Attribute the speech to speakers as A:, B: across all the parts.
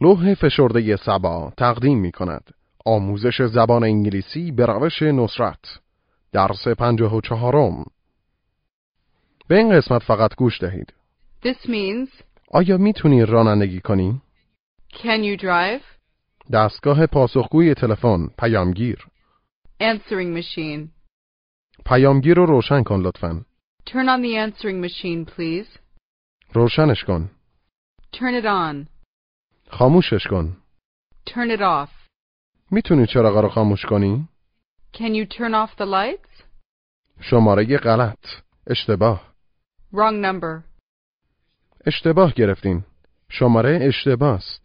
A: لوح فشرده سبا تقدیم می کند آموزش زبان انگلیسی به روش نصرت درس پنجاه و چهارم به این قسمت فقط گوش دهید
B: This means,
A: آیا میتونی رانندگی کنی؟
B: can you drive?
A: دستگاه پاسخگوی تلفن پیامگیر
B: Answering machine.
A: پیامگیر رو روشن کن لطفا
B: Turn on the answering machine, please.
A: روشنش کن
B: Turn it on.
A: خاموشش کن
B: Turn it off.
A: میتونی چراغ رو خاموش کنی؟
B: Can you turn off the lights?
A: شماره غلط اشتباه
B: Wrong number.
A: اشتباه گرفتین شماره اشتباه است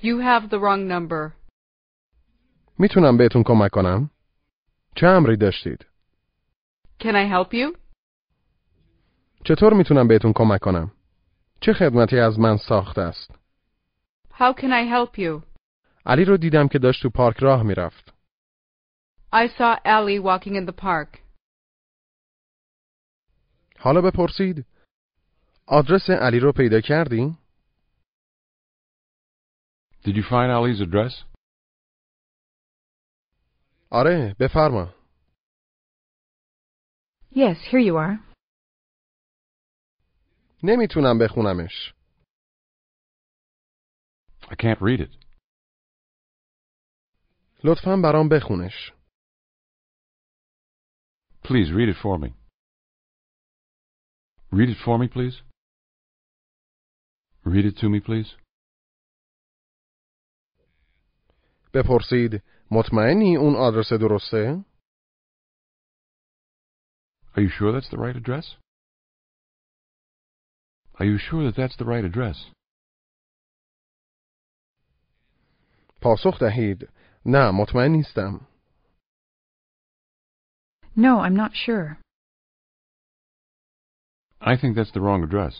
B: You have the wrong number.
A: میتونم بهتون کمک کنم؟ چه امری داشتید؟
B: Can I help you?
A: چطور میتونم بهتون کمک کنم؟ چه خدمتی از من ساخته است؟
B: How can I help you?
A: علی رو دیدم که داشت تو پارک راه میرفت.
B: I saw Allie walking in the park.
A: حالا بپرسید آدرس علی رو پیدا کردی؟
C: Did you find Ali's address?
A: آره بفرما.
D: Yes, here you are.
A: نمیتونم بخونمش.
C: I can't read it.
A: لطفا برام بخونش.
C: Please read it for me. Read it for me, please. Read it to me, please.
A: بپرسید مطمئنی اون آدرس درسته؟
C: Are you sure that's the right address? Are you sure that that's the right address?
A: پاسخ دهید نه مطمئن نیستم.
D: No, I'm not sure.
C: I think that's the wrong address.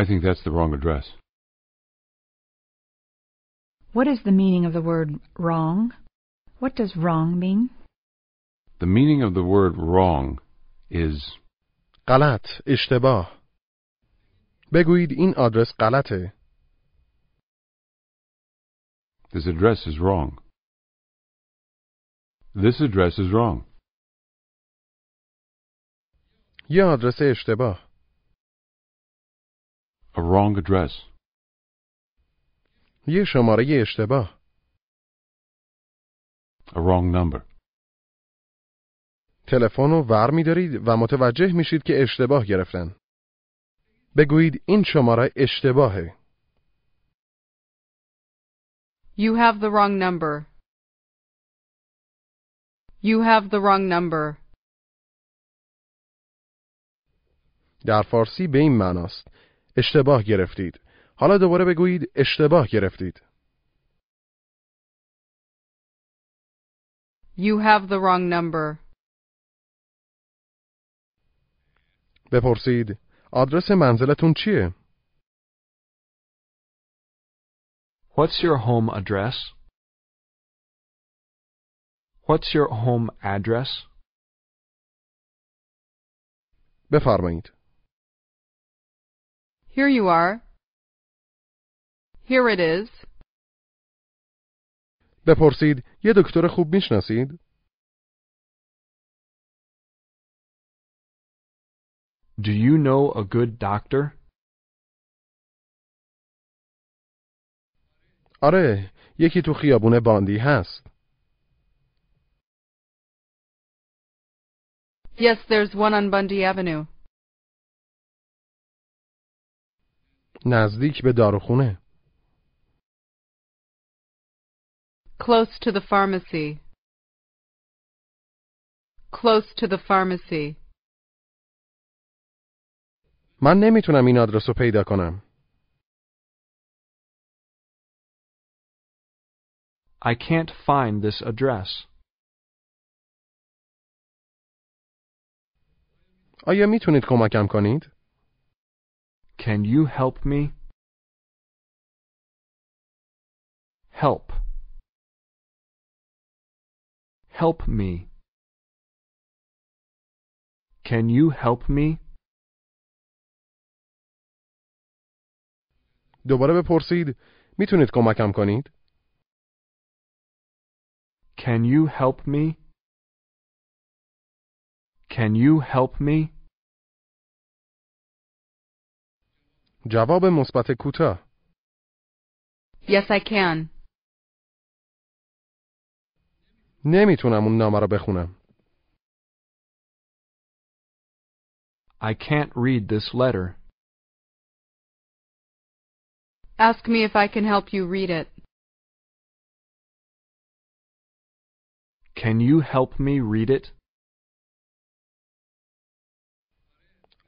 C: I think that's the wrong address.
D: What is the meaning of the word wrong? What does wrong mean?
C: The meaning of the word wrong is
A: غلط اشتباه. بگویید این آدرس غلطه.
C: this address is wrong. This address is wrong.
A: یه آدرس اشتباه.
C: A wrong address.
A: یه شماره اشتباه.
C: A wrong number.
A: تلفن رو ور میدارید و متوجه میشید که اشتباه گرفتن. بگویید این شماره اشتباهه.
B: You have the wrong number. You have the wrong number.
A: در فارسی به این معناست. اشتباه گرفتید. حالا دوباره بگویید اشتباه گرفتید.
B: You have the wrong number.
A: بپرسید آدرس منزلتون چیه؟
E: What's your home address? What's your home address?
A: بفرمایید.
B: Here you are. Here it is.
A: بپرسید یه دکتر خوب میشناسید؟
E: Do you know a good doctor?
A: آره، یکی تو خیابون باندی هست.
B: Yes, there's one on Bundy Avenue.
A: نزدیک به داروخونه.
B: Close to the pharmacy. Close to the pharmacy.
A: من نمیتونم این آدرس رو پیدا کنم.
E: I can't find this address.
A: آیا میتونید کمکم کنید؟
E: Can you help me? Help. Help me. Can you help me?
A: دوباره بپرسید میتونید کمکم کنید؟
E: Can you help me? Can you help me?
A: جواب مثبت کوتاه
B: Yes, I can.
A: نمیتونم اون نامه رو بخونم.
E: I can't read this letter.
B: Ask me if I can help you read it.
E: Can you help me read it?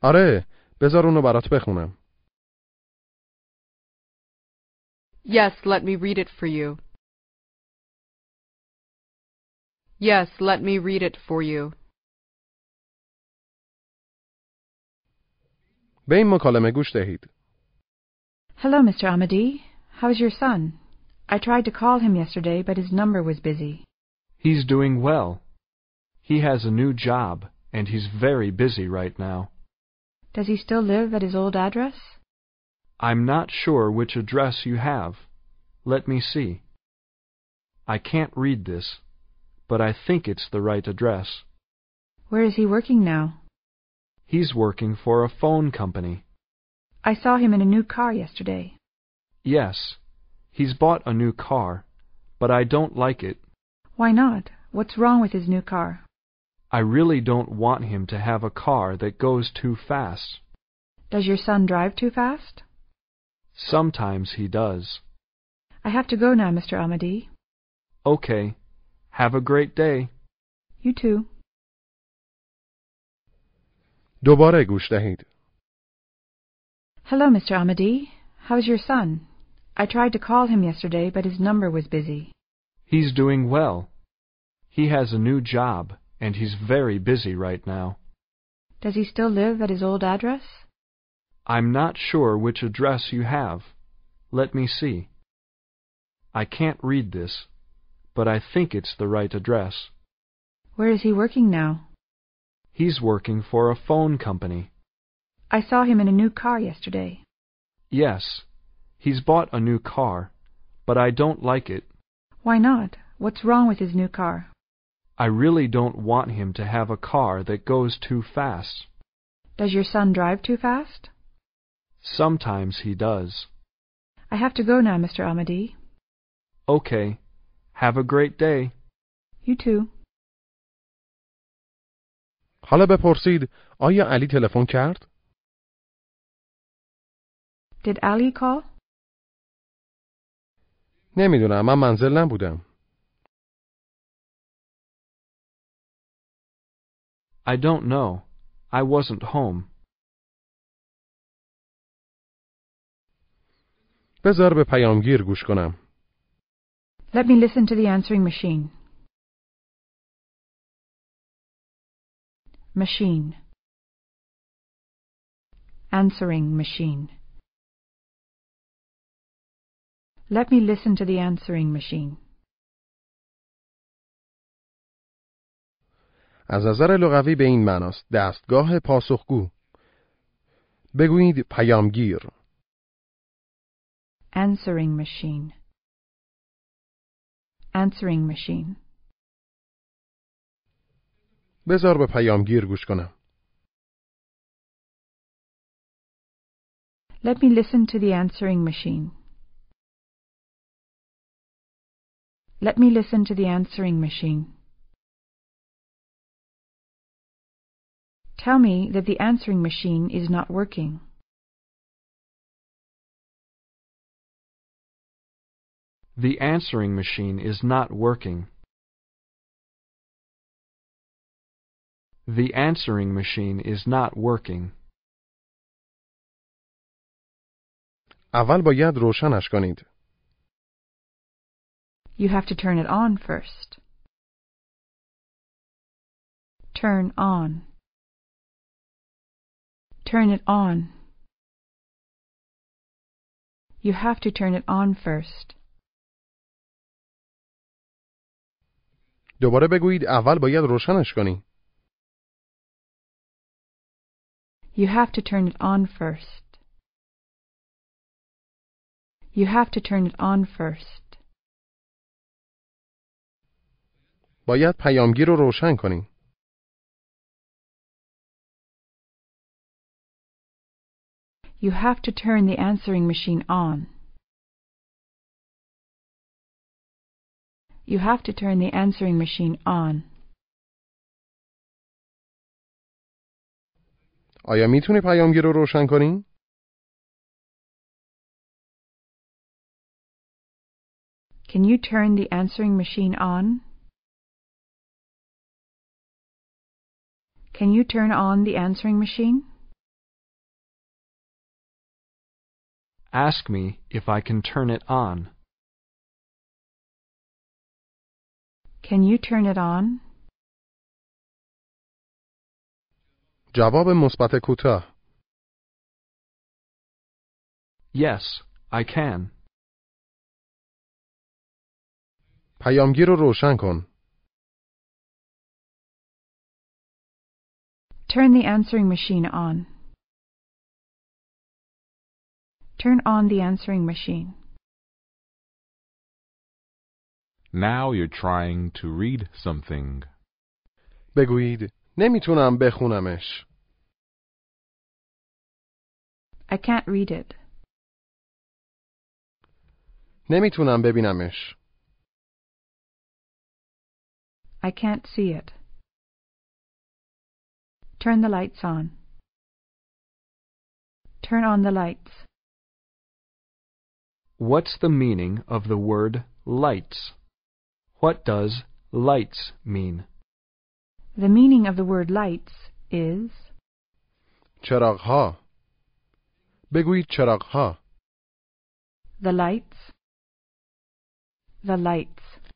A: آره، بذار اونو برات بخونم.
B: Yes, let me read it for you. Yes, let me read it for you.
A: به این مکالمه گوش دهید.
D: Hello, Mr. Amadi. How's your son? I tried to call him yesterday, but his number was busy.
E: He's doing well. He has a new job, and he's very busy right now.
D: Does he still live at his old address?
E: I'm not sure which address you have. Let me see. I can't read this, but I think it's the right address.
D: Where is he working now?
E: He's working for a phone company.
D: I saw him in a new car yesterday.
E: Yes, he's bought a new car, but I don't like it.
D: Why not? What's wrong with his new car?
E: I really don't want him to have a car that goes too fast.
D: Does your son drive too fast?
E: Sometimes he does.
D: I have to go now, Mr. Amadi.
E: Okay, have a great day.
D: You too.
A: دوباره گوش دهید.
D: Hello, Mr. Amadi. How's your son? I tried to call him yesterday, but his number was busy.
E: He's doing well. He has a new job, and he's very busy right now.
D: Does he still live at his old address?
E: I'm not sure which address you have. Let me see. I can't read this, but I think it's the right address.
D: Where is he working now?
E: He's working for a phone company.
D: I saw him in a new car yesterday.
E: Yes, he's bought a new car, but I don't like it.
D: Why not? What's wrong with his new car?
E: I really don't want him to have a car that goes too fast.
D: Does your son drive too fast?
E: Sometimes he does.
D: I have to go now, Mr. Amadi.
E: Okay, have a great day.
D: You too.
A: حالا بپرسید آیا علی تلفن کرد؟
D: Did Ali call?
A: نمیدونم من منزل نبودم.
E: I don't know. I wasn't home.
A: بذار به پیامگیر گوش کنم.
D: Let me listen to the answering machine. Machine. Answering machine. Let me listen to the answering machine.
A: از نظر لغوی به این معناست دستگاه پاسخگو بگویید پیامگیر
D: Answering machine. Answering machine.
A: بذار به پیامگیر گوش کنم
D: Let me listen to the answering machine. Let me listen to the answering machine. Tell me that the answering machine is not working.
E: The answering machine is not working. The answering machine is not working.
A: اول باید روشنش کنید
D: You have to turn it on first. Turn on. Turn it on. You have to turn it on first.
A: دوباره بگویید اول باید روشنش کنی
D: You have to turn it on first. You have to turn it on first.
A: باید پیامگیر رو روشن کنی.
D: You have to turn the answering machine on. You have to turn the answering machine on.
A: آیا میتونی پیامگیر رو روشن کنی؟
D: Can you turn the answering machine on? Can you turn on the answering machine?
E: Ask me if I can turn it on.
D: Can you turn it on?
A: جواب مثبت کوتاه.
E: Yes, I can.
A: پیامگیر رو روشن کن.
D: Turn the answering machine on. Turn on the answering machine.
C: Now you're trying to read something.
A: بگویید نمیتونم بخونمش.
D: I can't read it.
A: نمیتونم ببینمش.
D: I can't see it. Turn the lights on. Turn on the lights.
E: What's the meaning of the word lights? What does lights mean?
D: The meaning of the word lights is
A: چراغها. بگویید چراغها.
D: the lights. The lights.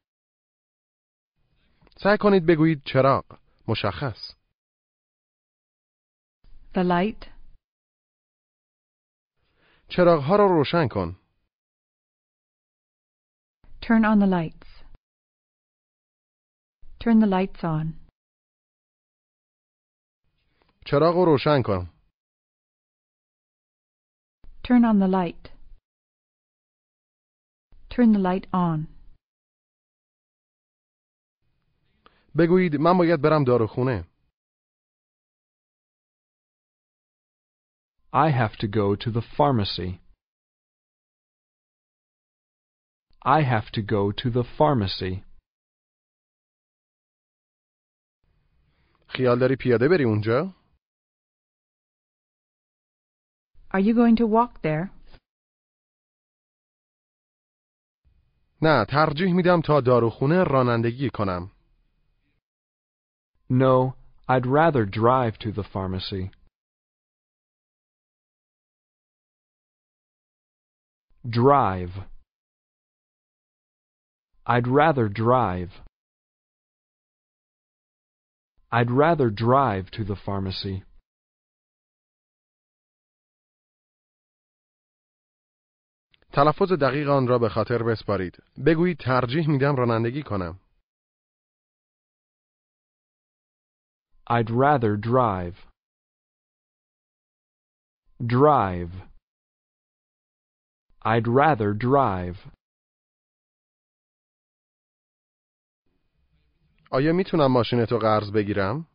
A: سعی کنید بگویید چراغ. مشخص.
D: The light.
A: چراغها رو روشن کن.
D: Turn on the lights. Turn the lights on.
A: چراغ رو روشن کن.
D: Turn on the light. Turn the light on.
A: بگویید من باید برم داروخونه.
E: I have to go to the pharmacy. I have to go to the pharmacy.
A: خیال داری پیاده بری اونجا؟
D: Are you going to walk there?
A: نه ترجیح میدم تا داروخونه رانندگی کنم.
E: No, I'd rather drive to the pharmacy. Drive. I'd rather drive. I'd rather drive to the pharmacy.
A: تلفظ دقیق آن را به خاطر بسپارید. بگویید ترجیح میدم رانندگی کنم.
E: I'd rather drive. Drive. I'd rather drive.
A: آیا میتونم ماشینتو قرض بگیرم؟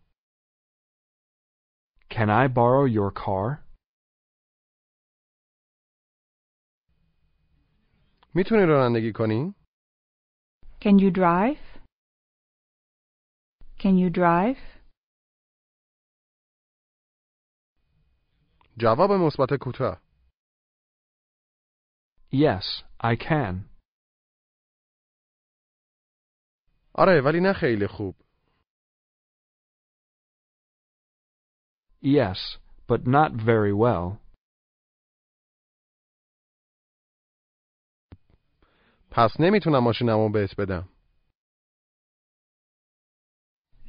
E: Can I borrow your car?
A: میتونی رانندگی کنی؟
D: Can you drive? Can you drive?
A: جواب مثبت کوتاه.
E: Yes, I can.
A: آره ولی نه خیلی خوب.
E: Yes, but not very well.
A: پس نمیتونم ماشینمو بهت بدم.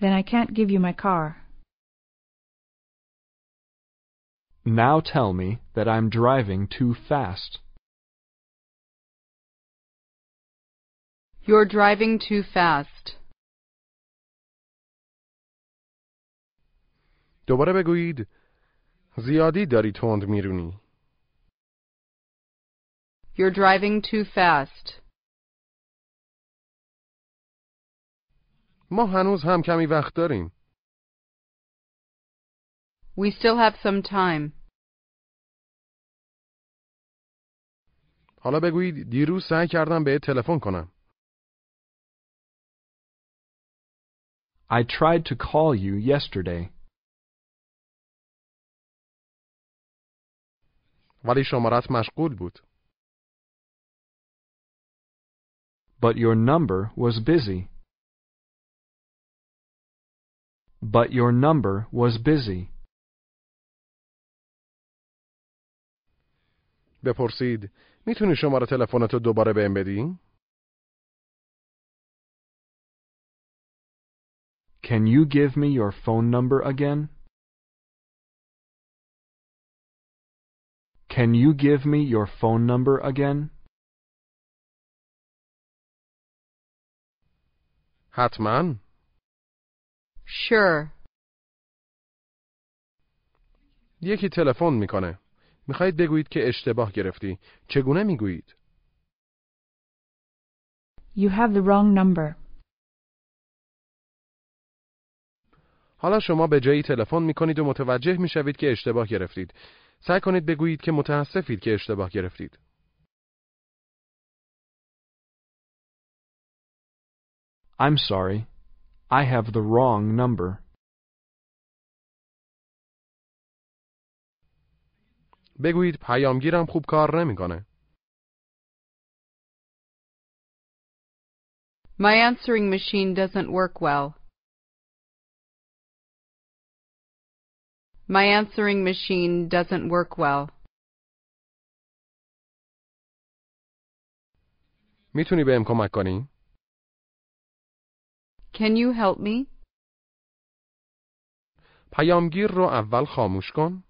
D: Then I can't give you my car.
E: Now tell me that I'm driving too fast.
B: You're driving too fast.
A: دوباره بگویید زیادی داری تند میرونی.
B: You're driving too fast.
A: ما هنوز هم کمی وقت داریم.
B: We still have some time.
A: حالا بگویید دیروز سعی کردم به تلفن کنم.
E: I tried to call you yesterday,
A: ولی شمارت مشغول بود.
E: but your number was busy. But your number was busy.
A: بپرسید میتونی شماره تلفنتو دوباره بهم بدی؟
E: Can you give me your phone number again? Can you give me your phone number again?
A: حتما.
B: Sure.
A: یکی تلفن میکنه. میخواید بگویید که اشتباه گرفتی. چگونه میگویید؟
D: You have the wrong number.
A: حالا شما به جایی تلفن میکنید و متوجه میشوید که اشتباه گرفتید. سعی کنید بگویید که متاسفید که اشتباه گرفتید.
E: I'm sorry. I have the wrong number.
A: بگویید پیامگیرم خوب کار نمیکنه.
B: My answering machine doesn't work well. My answering machine doesn't work well.
A: میتونی بهم کمک کنی؟
B: Can you help me?
A: پیامگیر رو اول خاموش کن.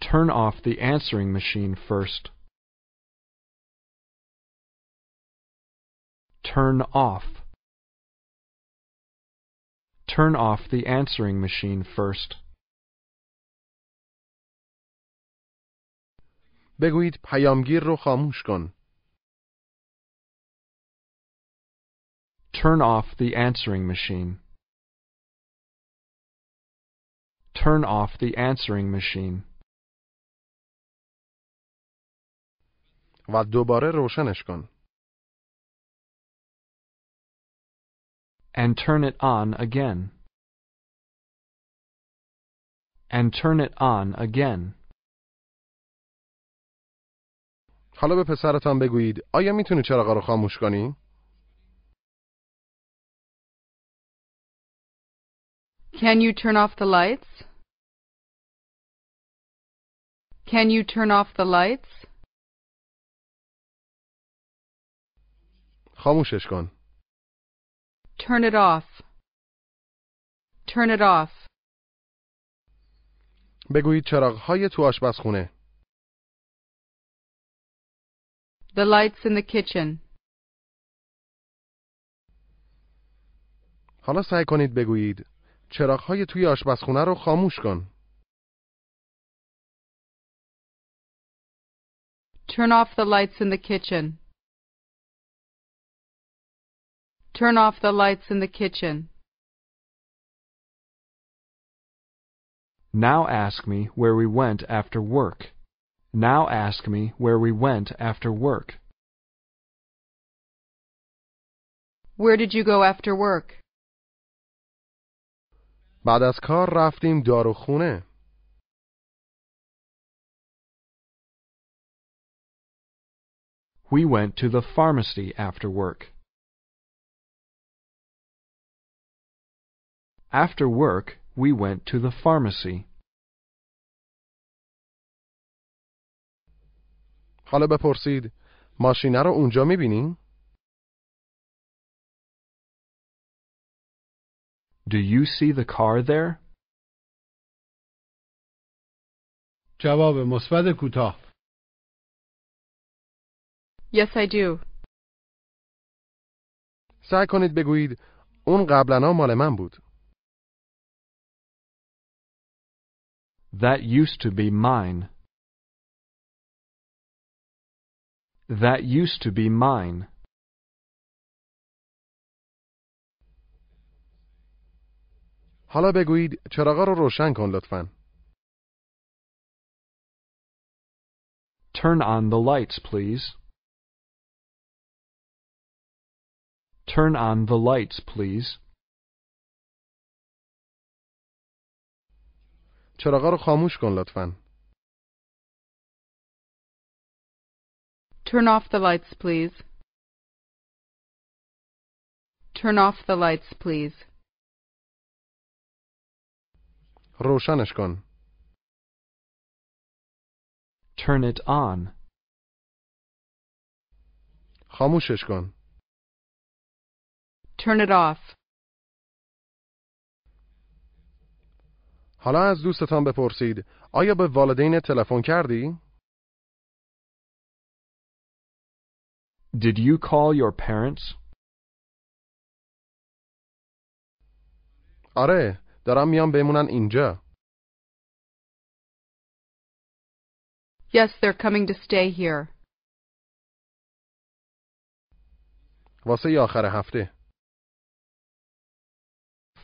E: Turn off the answering machine first. Turn off. Turn off the answering machine first.
A: بگویید پیامگیر رو خاموش کن.
E: Turn off the answering machine. Turn off the answering machine.
A: و دوباره روشنش کن.
E: and turn it on again. And turn it on again.
A: حالا به پسرتان بگویید آیا میتونی چراغ رو خاموش کنی؟
B: Can you turn off the lights? Can you turn off the lights?
A: خاموشش کن.
B: Turn it off. Turn it off.
A: بگویید چراغ‌های تو آشپزخونه.
B: The lights in the kitchen.
A: حالا سعی کنید بگویید چراغ‌های توی آشپزخونه رو خاموش کن.
B: Turn off the lights in the kitchen. Turn off the lights in the kitchen.
E: Now ask me where we went after work. Now ask me where we went after work.
B: Where did you go after work?
A: بعد از کار رفتیم داروخونه.
E: We went to the pharmacy after work. After work, we went to the pharmacy.
A: حالا بپرسید ماشینه رو اونجا میبینی؟
E: Do you see the car there?
F: جواب مثبت کوتاه
B: Yes, I do.
A: سعی کنید بگویید اون قبلا مال من بود.
E: That used to be mine. That used to be mine.
A: حالا بگویید چراغا رو روشن کن لطفا.
E: Turn on the lights, please. Turn on the lights, please.
A: چراغا رو خاموش کن لطفا.
B: Turn off the lights, please. Turn off the lights, please.
A: روشنش کن.
E: Turn it on.
A: خاموشش کن.
B: Turn it off.
A: حالا از دوستتان بپرسید آیا به والدین تلفن کردی؟
E: Did you call your parents?
A: آره، دارم میام بمونن اینجا.
B: Yes, they're coming to stay here.
A: واسه ی آخر هفته.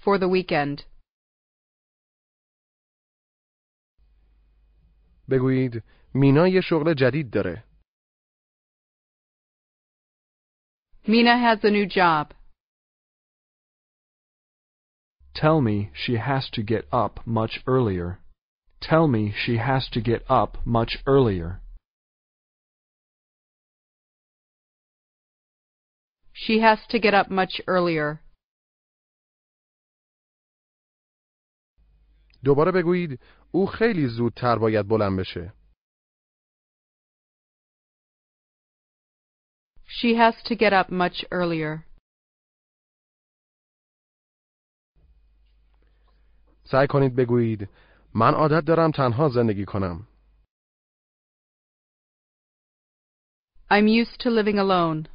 B: For the weekend.
A: بگویید مینا یه شغل جدید داره.
B: Mina has a new job.
E: Tell me she has to get up much earlier. Tell me she has to get up much earlier.
B: She has to get up much earlier.
A: دوباره بگویید او خیلی زودتر باید بلند بشه.
B: She has to get up much earlier.
A: سعی کنید بگویید من عادت دارم تنها زندگی کنم.
B: I'm used to living alone.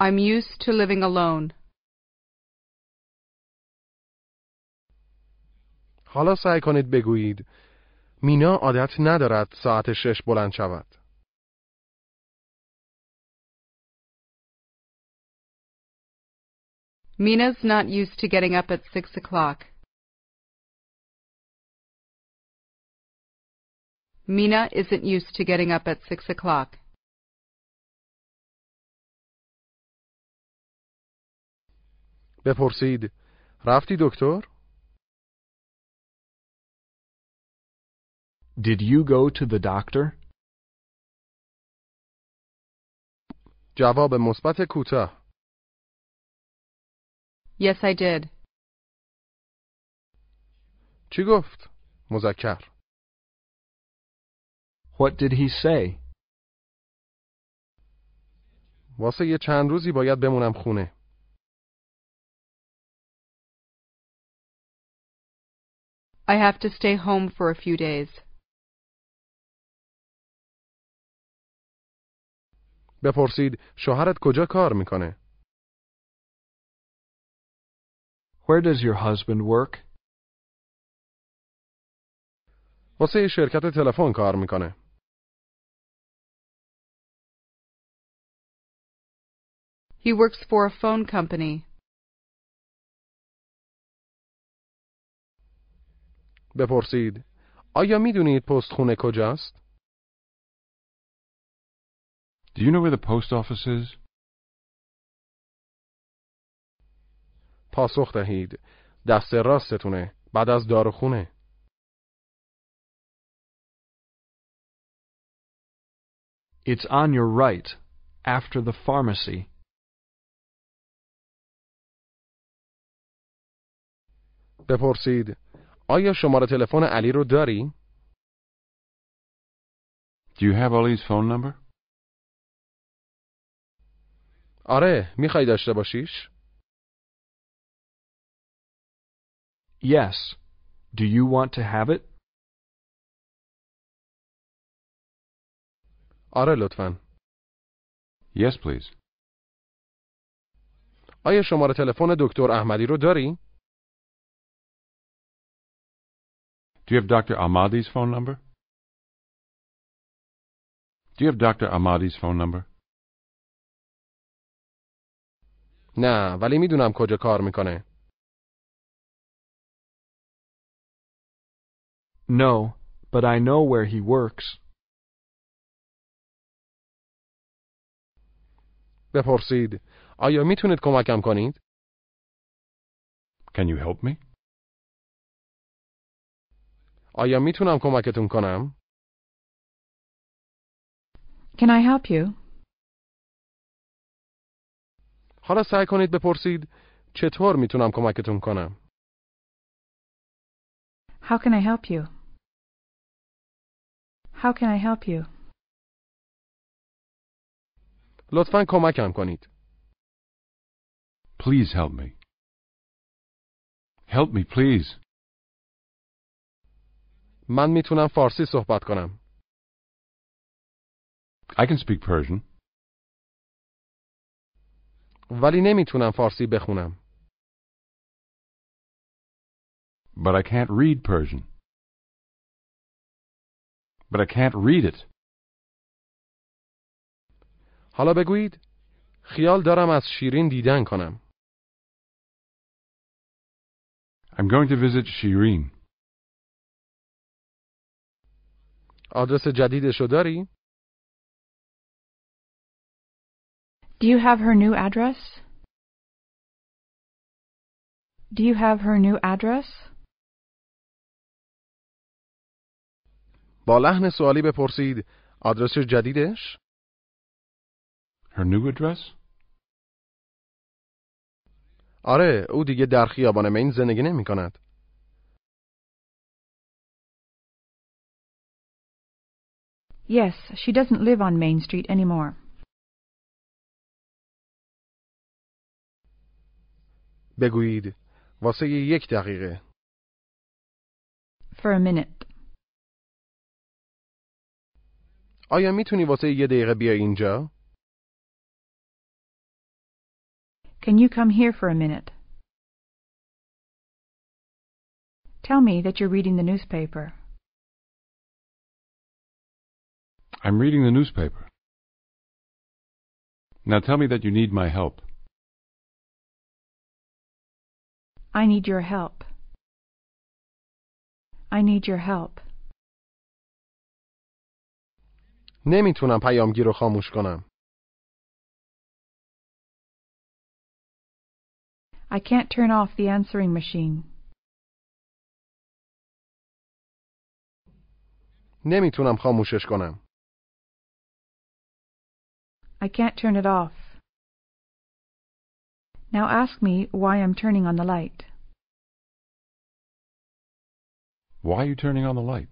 B: I'm used to living alone.
A: حالا سعی کنید بگویید مینا عادت ندارد ساعت شش بلند شود.
B: Mina's not used to getting up at six o'clock. Mina isn't used to getting up at six o'clock.
A: بپرسید رفتی دکتر؟
E: Did you go to the doctor?
A: جواب مثبت کوتاه
B: Yes, I did.
A: چی گفت؟ مذکر
E: What did he say?
A: واسه یه چند روزی باید بمونم خونه
B: I have to stay home for a few days.
A: بپرسید شوهرت کجا کار میکنه؟
E: Where does your husband work?
A: واسه یه شرکت تلفن کار میکنه
B: He works for a phone company.
A: بپرسید آیا میدونید پستخونه کجاست؟
C: Do you know where the post office is?
A: پاسخ دهید دست راستتونه بعد از داروخونه
E: It's on your right, after the pharmacy.
A: بپرسید آیا شماره تلفن علی رو داری؟
C: Do you have Ali's phone number?
A: آره میخوای داشته باشیش؟
E: Yes. Do you want to have it?
A: آره لطفا
C: Yes, please.
A: آیا شماره تلفن دکتر احمدی رو داری؟
C: Do you have Dr. Ahmadi's phone number? Do you have Dr. Ahmadi's phone number?
A: نه ولی میدونم کجا کار میکنه.
E: No, but I know where he works.
A: بپرسید آیا میتونید کمکم کنید؟
C: Can you help me?
A: آیا میتونم کمکتون کنم؟
D: Can I help you?
A: حالا سعی کنید بپرسید چطور میتونم کمکتون کنم؟
D: How can I help you? How can I help you?
A: لطفا کمکم کنید.
C: Please help me. Help me, please.
A: من میتونم فارسی صحبت کنم.
C: I can speak Persian,
A: ولی نمیتونم فارسی بخونم.
C: but I can't read Persian. But I can't read it.
A: حالا بگویید خیال دارم از شیرین دیدن کنم.
C: I'm going to visit Shirin.
A: آدرس جدیدشو داری؟
D: Do you have her new address? Do you have her new address?
A: با لحن سوالی بپرسید آدرس جدیدش؟
C: Her new address?
A: آره او دیگه در خیابان مین زندگی نمی کند.
D: Yes, she doesn't live on Main Street anymore.
A: بگویید واسه یک دقیقه
D: For a minute.
A: آیا میتونی واسه یه دقیقه بیای اینجا؟
D: Can you come here for a minute? Tell me that you're reading the newspaper.
C: I'm reading the newspaper. Now tell me that you need my help.
D: I need your help. I need your help.
A: نمیتونم پیامگیر رو خاموش کنم.
D: I can't turn off the answering machine.
A: نمیتونم خاموشش کنم.
D: I can't turn it off. Now ask me why I'm turning on the light.
C: Why are you turning on the light?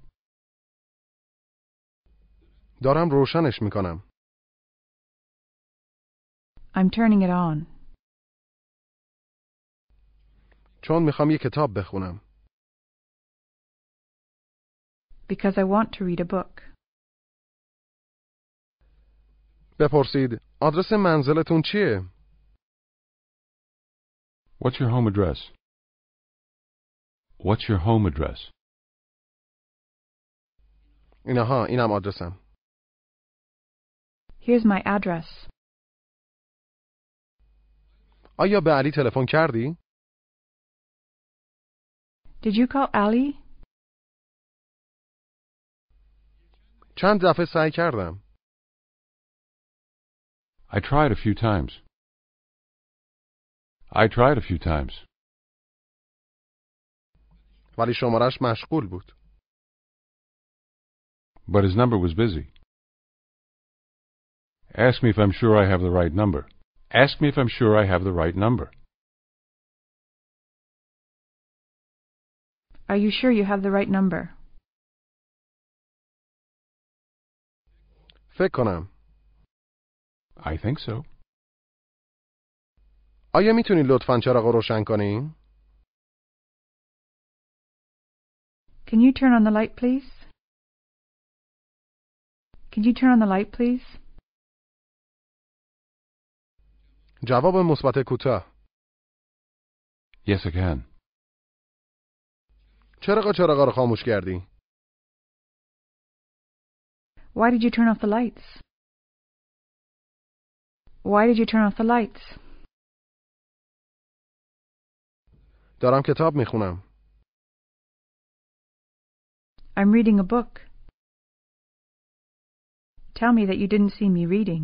A: دارم روشنش میکنم.
D: I'm turning it on
A: چون میخوام یه کتاب بخونم.
D: because I want to read a book.
A: بپرسید آدرس منزلتون چیه؟
C: What's your home address? What's your home address?
A: اینها اینم آدرسم.
D: Here's my address.
A: آیا به علی تلفن کردی؟
D: Did you call Ali?
A: چند دفعه سعی کردم.
C: I tried a few times. I tried a few times,
A: ولی شمارش مشغول بود.
C: but his number was busy. Ask me if I'm sure I have the right number. Ask me if I'm sure I have the right number.
D: Are you sure you have the right number?
A: فکر کنم.
C: I think so.
A: آیا میتونی لطفا چراغ رو روشن کنی؟
D: Can you turn on the light, please? Can you turn on the light, please?
A: جواب مثبت کوتاه.
C: Yes, I can.
A: چراغ چراغ رو خاموش کردی؟
D: Why did you turn off the lights? Why did you turn off the lights?
A: دارم کتاب میخونم.
D: I'm reading a book. Tell me that you didn't see me reading.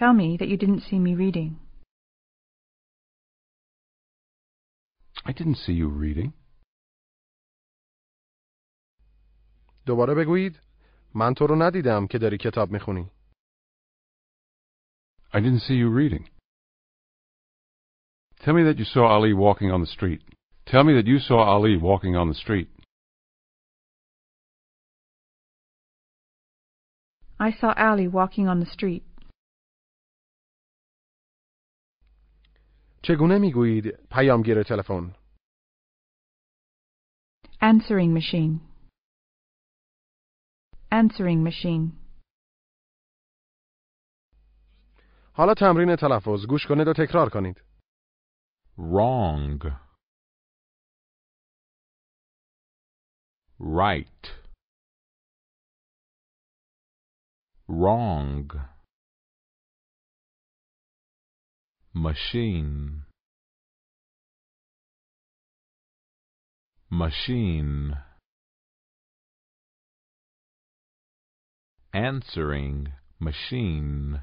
D: Tell me that you didn't see me reading.
C: I didn't see you reading.
A: دوباره بگویید. من تو رو ندیدم که داری کتاب میخونی.
C: I didn't see you reading. Tell me that you saw Ali walking on the street. Tell me that you saw Ali walking on the street.
D: I saw Ali walking on the street.
A: چگونه میگویید پیامگیر تلفن؟
D: Answering machine. Answering machine.
A: حالا تمرین تلفظ گوش کنید و تکرار کنید.
G: wrong, right, wrong, machine, machine, answering machine.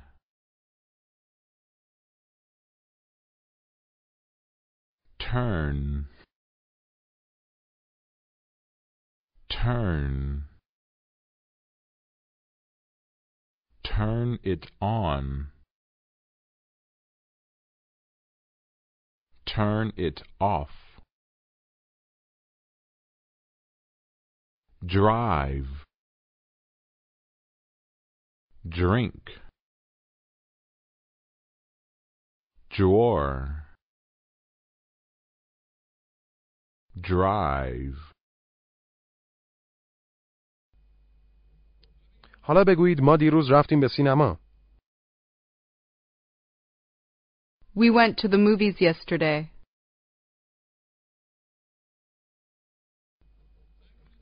G: turn turn turn it on turn it off drive drink drawer drive,
A: حالا بگویید ما دیروز رفتیم به سینما.
B: We went to the movies yesterday.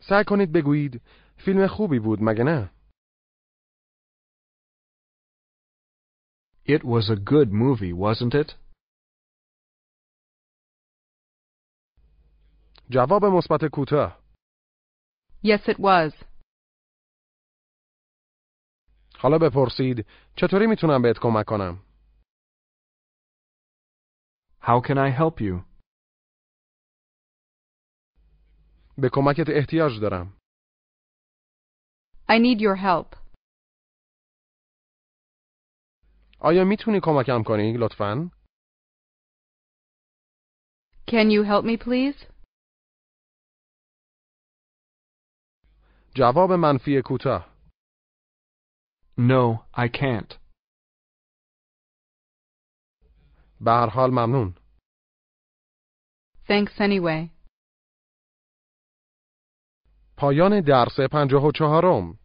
A: سعی کنید بگویید فیلم خوبی بود مگه نه؟
E: It was a good movie, wasn't it?
A: جواب مثبت کوتاه.
B: Yes, it was.
A: حالا بپرسید چطوری میتونم بهت کمک کنم؟
E: How can I help you?
A: به کمکت احتیاج دارم.
B: I need your help.
A: آیا میتونی کمکم کنی لطفاً؟
B: Can you help me, please?
A: جواب منفی کوتاه.
E: No, I can't.
A: به هر حال ممنون.
B: Thanks anyway.
A: پایان درس پنجاه و چهارم